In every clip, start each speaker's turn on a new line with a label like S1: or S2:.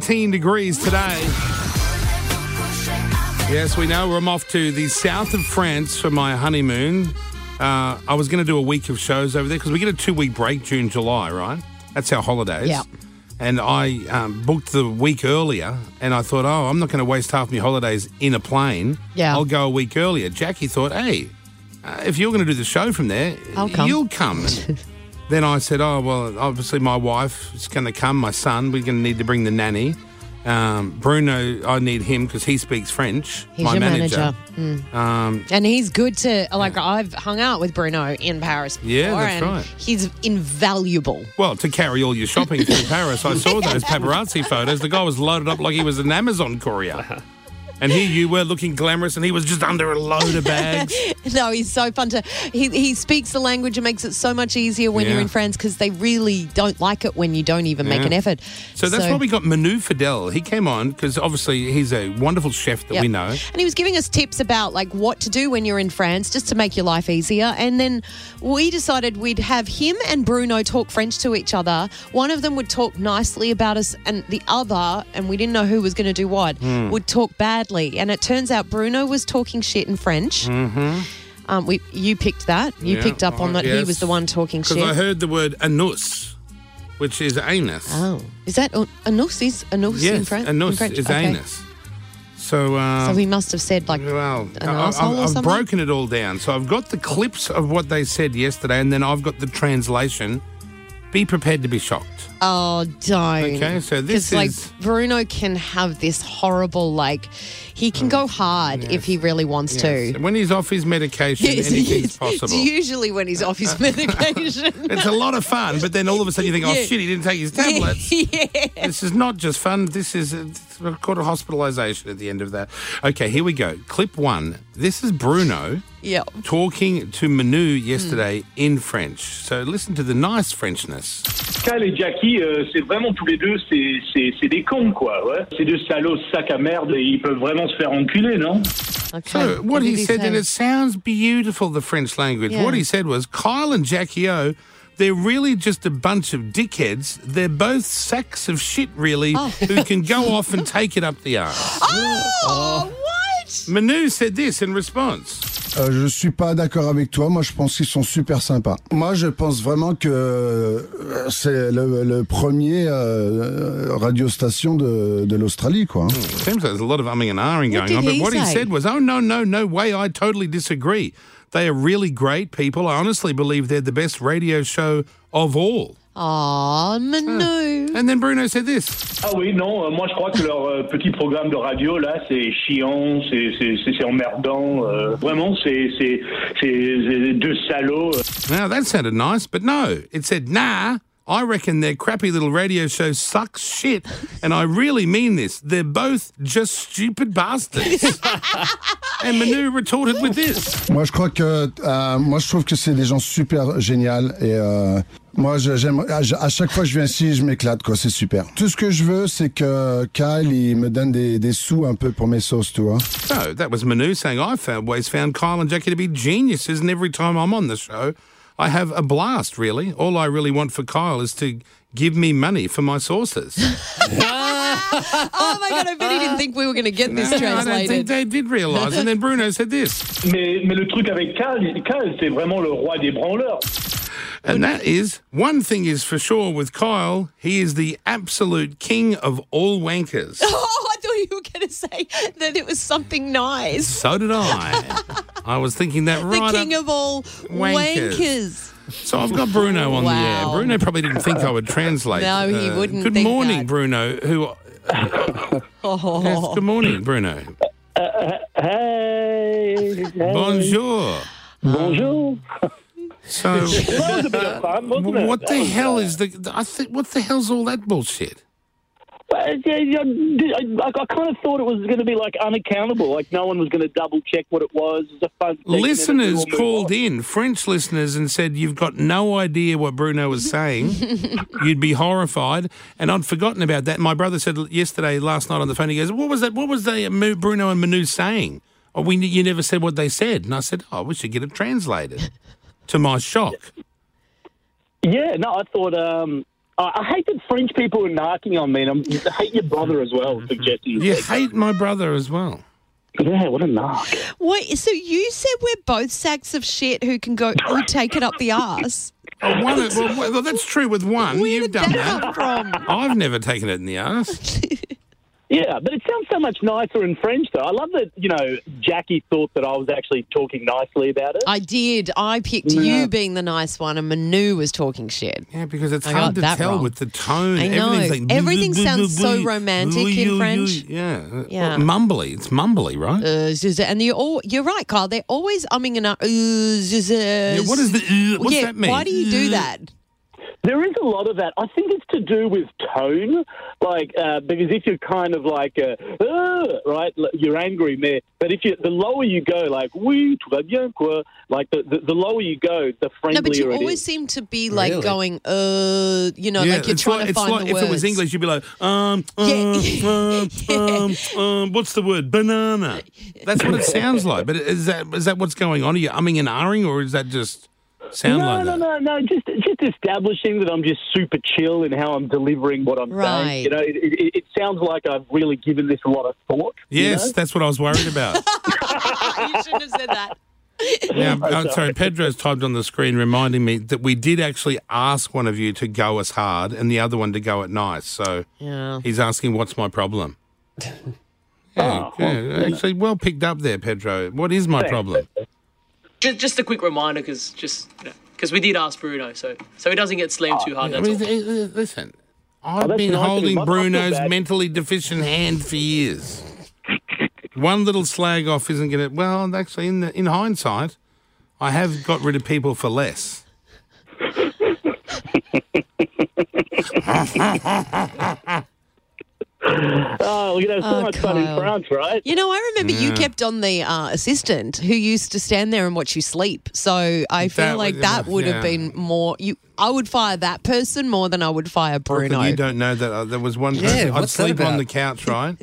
S1: 18 degrees today. Yes, we know. I'm off to the south of France for my honeymoon. Uh, I was going to do a week of shows over there because we get a two week break June, July, right? That's our holidays.
S2: Yeah.
S1: And I um, booked the week earlier, and I thought, oh, I'm not going to waste half my holidays in a plane.
S2: Yeah.
S1: I'll go a week earlier. Jackie thought, hey, uh, if you're going to do the show from there,
S2: I'll come.
S1: you'll come. And then I said, oh, well, obviously my wife is going to come, my son, we're going to need to bring the nanny. Um, Bruno, I need him because he speaks French.
S2: He's
S1: my
S2: your
S1: manager.
S2: manager. Mm. And he's good to like. I've hung out with Bruno in Paris. Before,
S1: Yeah, that's
S2: and
S1: right.
S2: He's invaluable.
S1: Well, to carry all your shopping through Paris, I saw those paparazzi photos. The guy was loaded up like he was an Amazon courier. And here you were looking glamorous, and he was just under a load of bags.
S2: No, he's so fun to. He, he speaks the language and makes it so much easier when
S1: Yeah.
S2: you're in France because they really don't like it when you don't even make
S1: Yeah.
S2: an effort.
S1: So that's why we got Manu Fidel. He came on because obviously he's a wonderful chef that
S2: Yep.
S1: we know.
S2: And he was giving us tips about like what to do when you're in France just to make your life easier. And then we decided we'd have him and Bruno talk French to each other. One of them would talk nicely about us, and the other, and we didn't know who was going to do what,
S1: Hmm.
S2: would talk badly. And it turns out Bruno was talking shit in French. Mm-hmm. Um, we you picked that. You
S1: Yeah,
S2: picked up on
S1: I
S2: that. He
S1: guess.
S2: was the one talking
S1: Because
S2: shit.
S1: I heard the word anus, which is anus.
S2: oh, is that an- anus? Is anus in,
S1: yes, uh,
S2: Fran- in
S1: anus
S2: French?
S1: is
S2: Okay.
S1: anus. So, um,
S2: So he must have said like
S1: Well,
S2: an
S1: I- I've,
S2: asshole or
S1: I've
S2: something.
S1: broken it all down. So I've got the clips of what they said yesterday, and then I've got the translation. Be prepared to be shocked.
S2: Oh, don't.
S1: Okay, so this
S2: 'Cause, like
S1: is-
S2: Bruno can have this horrible like he can go hard if he really wants
S1: Yes.
S2: to.
S1: When he's off his medication,
S2: Yes,
S1: anything's
S2: yes. It's
S1: possible.
S2: usually when he's off his medication.
S1: It's a lot of fun, but then all of a sudden you think, oh
S2: Yeah.
S1: shit, he didn't take his tablets.
S2: yeah.
S1: This is not just fun. This is a, a quarter hospitalisation at the end of that. Okay, here we go. Clip one. This is Bruno
S2: Yeah.
S1: talking to Manu yesterday
S2: Hmm.
S1: in French. So listen to the nice Frenchness.
S3: Pascal et Jackie, euh, c'est vraiment tous les deux, c'est- c'est c'est des cons, quoi. Ouais. C'est deux salauds sacs à merde et ils peuvent vraiment se faire enculer, non
S2: Okay.
S1: So what
S2: did
S1: he said,
S2: say?
S1: and it sounds beautiful, the French language.
S2: Yeah.
S1: What he said was, Kyle and Jackie O, they're really just a bunch of dickheads. They're both sacks of shit, really, who can go off and take it up the arse.
S2: Oh, what?
S1: Manu said this in response.
S4: Euh, je suis pas d'accord avec toi. Moi, je pense qu'ils sont super sympas. Moi, je pense vraiment que euh, c'est le, le premier euh, radio station de, de l'Australie, quoi. hein.
S1: Seems like there's a lot of umming and ahhing going
S2: What did
S1: on, but
S2: he
S1: what he
S2: say?
S1: said was, oh, no, no, no way, I totally disagree. They are really great people. I honestly believe they're the best radio show of all.
S2: Oh, Manu.
S1: And then Bruno said this.
S3: Ah oui, non, euh, moi je crois que leur euh, petit programme de radio, là, c'est chiant, c'est- c'est c'est- c'est emmerdant. euh, vraiment, c'est c'est- c'est- c'est deux salauds. euh.
S1: Now that sounded nice, but no, it said, nah, I reckon their crappy little radio show sucks shit. And I really mean this. They're both just stupid bastards. and Manu retorted with this.
S4: Moi, je crois que, euh, moi, je trouve que c'est des gens super géniales et euh, moi, je- j'aime. À à chaque fois que je viens ici, je m'éclate, quoi. C'est super. Tout ce que je veux, c'est que Kyle, il me donne des, des sous un peu pour mes sauces, tu vois.
S1: So that was Manu saying, I found, always found Kyle and Jackie to be geniuses. And every time I'm on the show, I have a blast, really. All I really want for Kyle is to give me money for my sources.
S2: Oh my god, I bet he didn't think we were going to get this
S1: I don't think
S2: translated.
S1: they did realise. And then Bruno said this.
S3: Mais, mais le truc avec Cal, Cal c'est vraiment le roi des branleurs.
S1: And that is one thing is for sure with Kyle, he is the absolute king of all wankers.
S2: Oh, I thought you were going to say that it was something nice.
S1: so did I. I was thinking that
S2: The
S1: right
S2: king
S1: up.
S2: of all
S1: Wankers.
S2: wankers.
S1: so I've got Bruno on the
S2: Wow.
S1: air. Bruno probably didn't think I would translate. uh,
S2: No, he wouldn't
S1: Good
S2: think
S1: morning,
S2: that.
S1: Bruno. Who?
S2: Oh.
S1: Yes, good morning, Bruno.
S3: Hey,
S1: Bonjour.
S3: bonjour.
S1: So, what the hell is the? I think what the hell's all that bullshit?
S3: Uh, yeah, yeah, I, I kind of thought it was going to be like unaccountable, like no one was going to double check what it was. It was a fun. segment and we
S1: listeners
S3: all moved
S1: called
S3: on.
S1: in, French listeners, and said, You've got no idea what Bruno was saying. You'd be horrified. And I'd forgotten about that. My brother said yesterday, last night on the phone, he goes, What was that? What was they, Mu- Bruno and Manu saying? Oh, we, you never said what they said. And I said, Oh, we should get it translated. to my shock.
S3: Yeah, no, I thought um,
S5: Uh, I hate that French people are knocking on me. And I'm, I hate your brother as well,
S1: Mm-hmm.
S5: suggesting.
S1: You hate my brother as well.
S5: Yeah, what a knock.
S2: What? So you said we're both sacks of shit who can go who take it up the arse.
S1: Oh, one, well, well, that's true with one.
S2: Where
S1: You've
S2: did
S1: done
S2: that
S1: that.
S2: come from?
S1: I've never taken it in the ass.
S5: Yeah, but it sounds so much nicer in French, though. I love that, you know, Jackie thought that I was actually talking nicely about it.
S2: I did. I picked you being the nice one, and Manu was talking shit.
S1: Yeah, because it's
S2: I
S1: hard
S2: got
S1: to
S2: that
S1: tell
S2: wrong.
S1: with the tone.
S2: I know.
S1: Everything's like-
S2: Everything sounds so romantic in French.
S1: Yeah.
S2: Yeah.
S1: Well, mumbly. It's mumbly, right?
S2: Uh, zuz- and you're, all, you're right, Carl. They're always umming and uh,
S1: Yeah, what is the? uh, What's
S2: yeah,
S1: that mean?
S2: Why do you do that?
S5: There is a lot of that. I think it's to do with tone, like uh, because if you're kind of like uh, "Ugh," right, l- you're angry, mais But if you the lower you go, like oui, tout va bien, quoi, like the, the, the lower you go, the
S2: No,
S5: friendlier
S2: but you
S5: it
S2: always
S5: is.
S2: seem to be like
S6: Really?
S2: going, uh, you know, like you're
S1: it's
S2: trying
S1: like,
S2: to
S1: it's
S2: find
S1: like
S2: the
S1: if
S2: words.
S1: it was English, you'd be like, um, um,
S2: Yeah.
S1: um,
S2: Yeah.
S1: um, um, what's the word? Banana. That's what it sounds like. But is that is that what's going on? Are you umming and ahring, or is that just sound
S5: No,
S1: like
S5: no,
S1: that?
S5: no, no. Just, just establishing that I'm just super chill in how I'm delivering what I'm
S2: Right.
S5: saying. You know, it, it, it sounds like I've really given this a lot of thought. you
S1: Yes,
S5: know?
S1: that's what I was worried about.
S2: you shouldn't have said that.
S1: now, oh, sorry, Pedro's typed on the screen reminding me that we did actually ask one of you to go as hard and the other one to go at nice. So
S2: Yeah.
S1: he's asking, what's my problem? Yeah, yeah, actually, well picked up there, Pedro. What is my problem?
S7: Just, just a quick reminder, because just because we did ask Bruno, so so he doesn't get slammed too hard.
S1: I
S7: That's
S1: mean,
S7: all.
S1: eh, eh, listen, I've
S5: that's
S1: been
S5: nice of him.
S1: holding
S5: I- I feel
S1: Bruno's
S5: bad.
S1: mentally deficient hand for years. One little slag off isn't going to. Well, actually, in the, in hindsight, I have got rid of people for less.
S5: Oh, you know, so
S2: Oh,
S5: much fun in
S2: Kyle.
S5: France, right?
S2: You know, I remember you kept on the uh, assistant who used to stand there and watch you sleep. So I feel
S1: That
S2: like
S1: was-
S2: that would
S1: yeah.
S2: have been more. You, I would fire that person more than I would fire Bruno.
S1: You don't know that uh, there was one. person- I'd
S6: what's that
S1: sleep on
S6: about?
S1: the couch, right?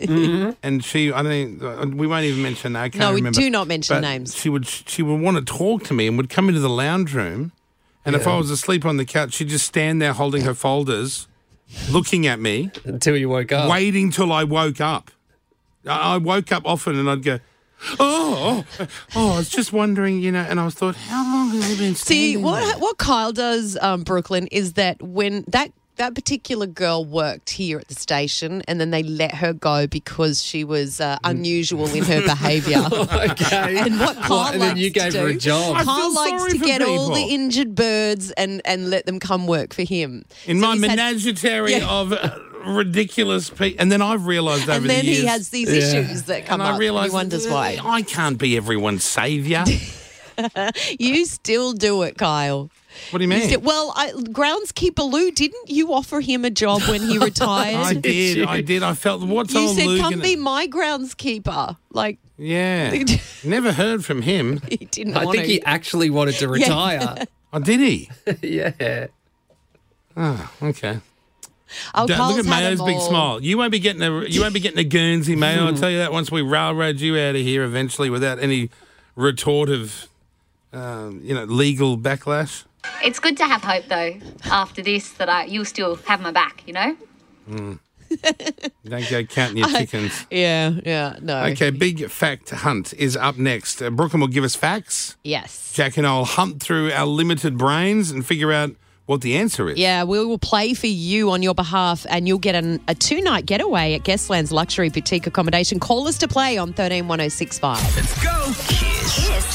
S1: And she, I don't. uh, We won't even mention. I can't
S2: Mm-hmm. No, we
S1: remember,
S2: do not mention
S1: but
S2: names.
S1: She would. She would want to talk to me and would come into the lounge room, and if I was asleep on the couch, she'd just stand there holding her folders, looking at me.
S6: Until you woke up.
S1: waiting till I woke up. I I woke up often and I'd go, oh, oh, oh, I was just wondering, you know, and I was thought, how long has he been standing
S2: See
S1: there?
S2: what what Kyle does, um, Brooklyn, is that when that that particular girl worked here at the station, and then they let her go because she was uh,
S1: Mm.
S2: unusual in her behaviour.
S1: Oh
S6: okay.
S2: And what Kyle
S6: and then
S2: likes
S6: you
S2: to
S6: gave her
S2: do-
S6: a
S1: I
S6: job.
S1: feel
S2: Carl likes
S1: sorry
S2: to
S1: for
S2: get all the
S1: people.
S2: injured birds and, and let them come work for him.
S1: In
S2: So
S1: my
S2: he's had-
S1: menagerie
S2: Yeah.
S1: of uh, ridiculous people. And then I've realised over
S2: and then
S1: the years.
S2: he has these issues that come
S1: and
S2: up.
S1: I realised
S2: and he wonders
S1: uh,
S2: why.
S1: I can't be everyone's saviour.
S2: You still do it, Kyle.
S1: what do you
S2: You
S1: mean?
S2: still- well, I, groundskeeper Lou, didn't you offer him a job when he retired?
S1: I did, I did. I felt, what's
S2: You
S1: old
S2: said,
S1: Lou
S2: "Come
S1: gonna-"
S2: be my groundskeeper." Like
S1: Yeah. Never heard from him.
S2: he didn't
S6: I
S2: want
S6: think
S2: to.
S6: he actually wanted to retire.
S1: Oh, did he?
S6: Yeah.
S1: Okay.
S2: oh,
S1: Don't-
S2: Carl's
S1: look at
S2: had
S1: Mayo's
S2: them
S1: big
S2: all.
S1: smile. You won't be getting a you won't be getting a Guernsey Mayo. I'll tell you that once we railroad you out of here eventually without any retortive, um, you know, legal backlash.
S8: It's good to have hope, though, after this, that I, you'll still have my back, you know?
S1: Don't go counting your chickens.
S2: Yeah, yeah, no.
S1: Okay, big fact hunt is up next. Uh, Brooklyn will give us facts.
S2: Yes.
S1: Jack and I'll hunt through our limited brains and figure out what the answer is.
S2: Yeah, we will play for you on your behalf, and you'll get an, a two night getaway at Guestland's oh luxury boutique accommodation. Call us to play on 131065.
S9: Let's go. Kiss.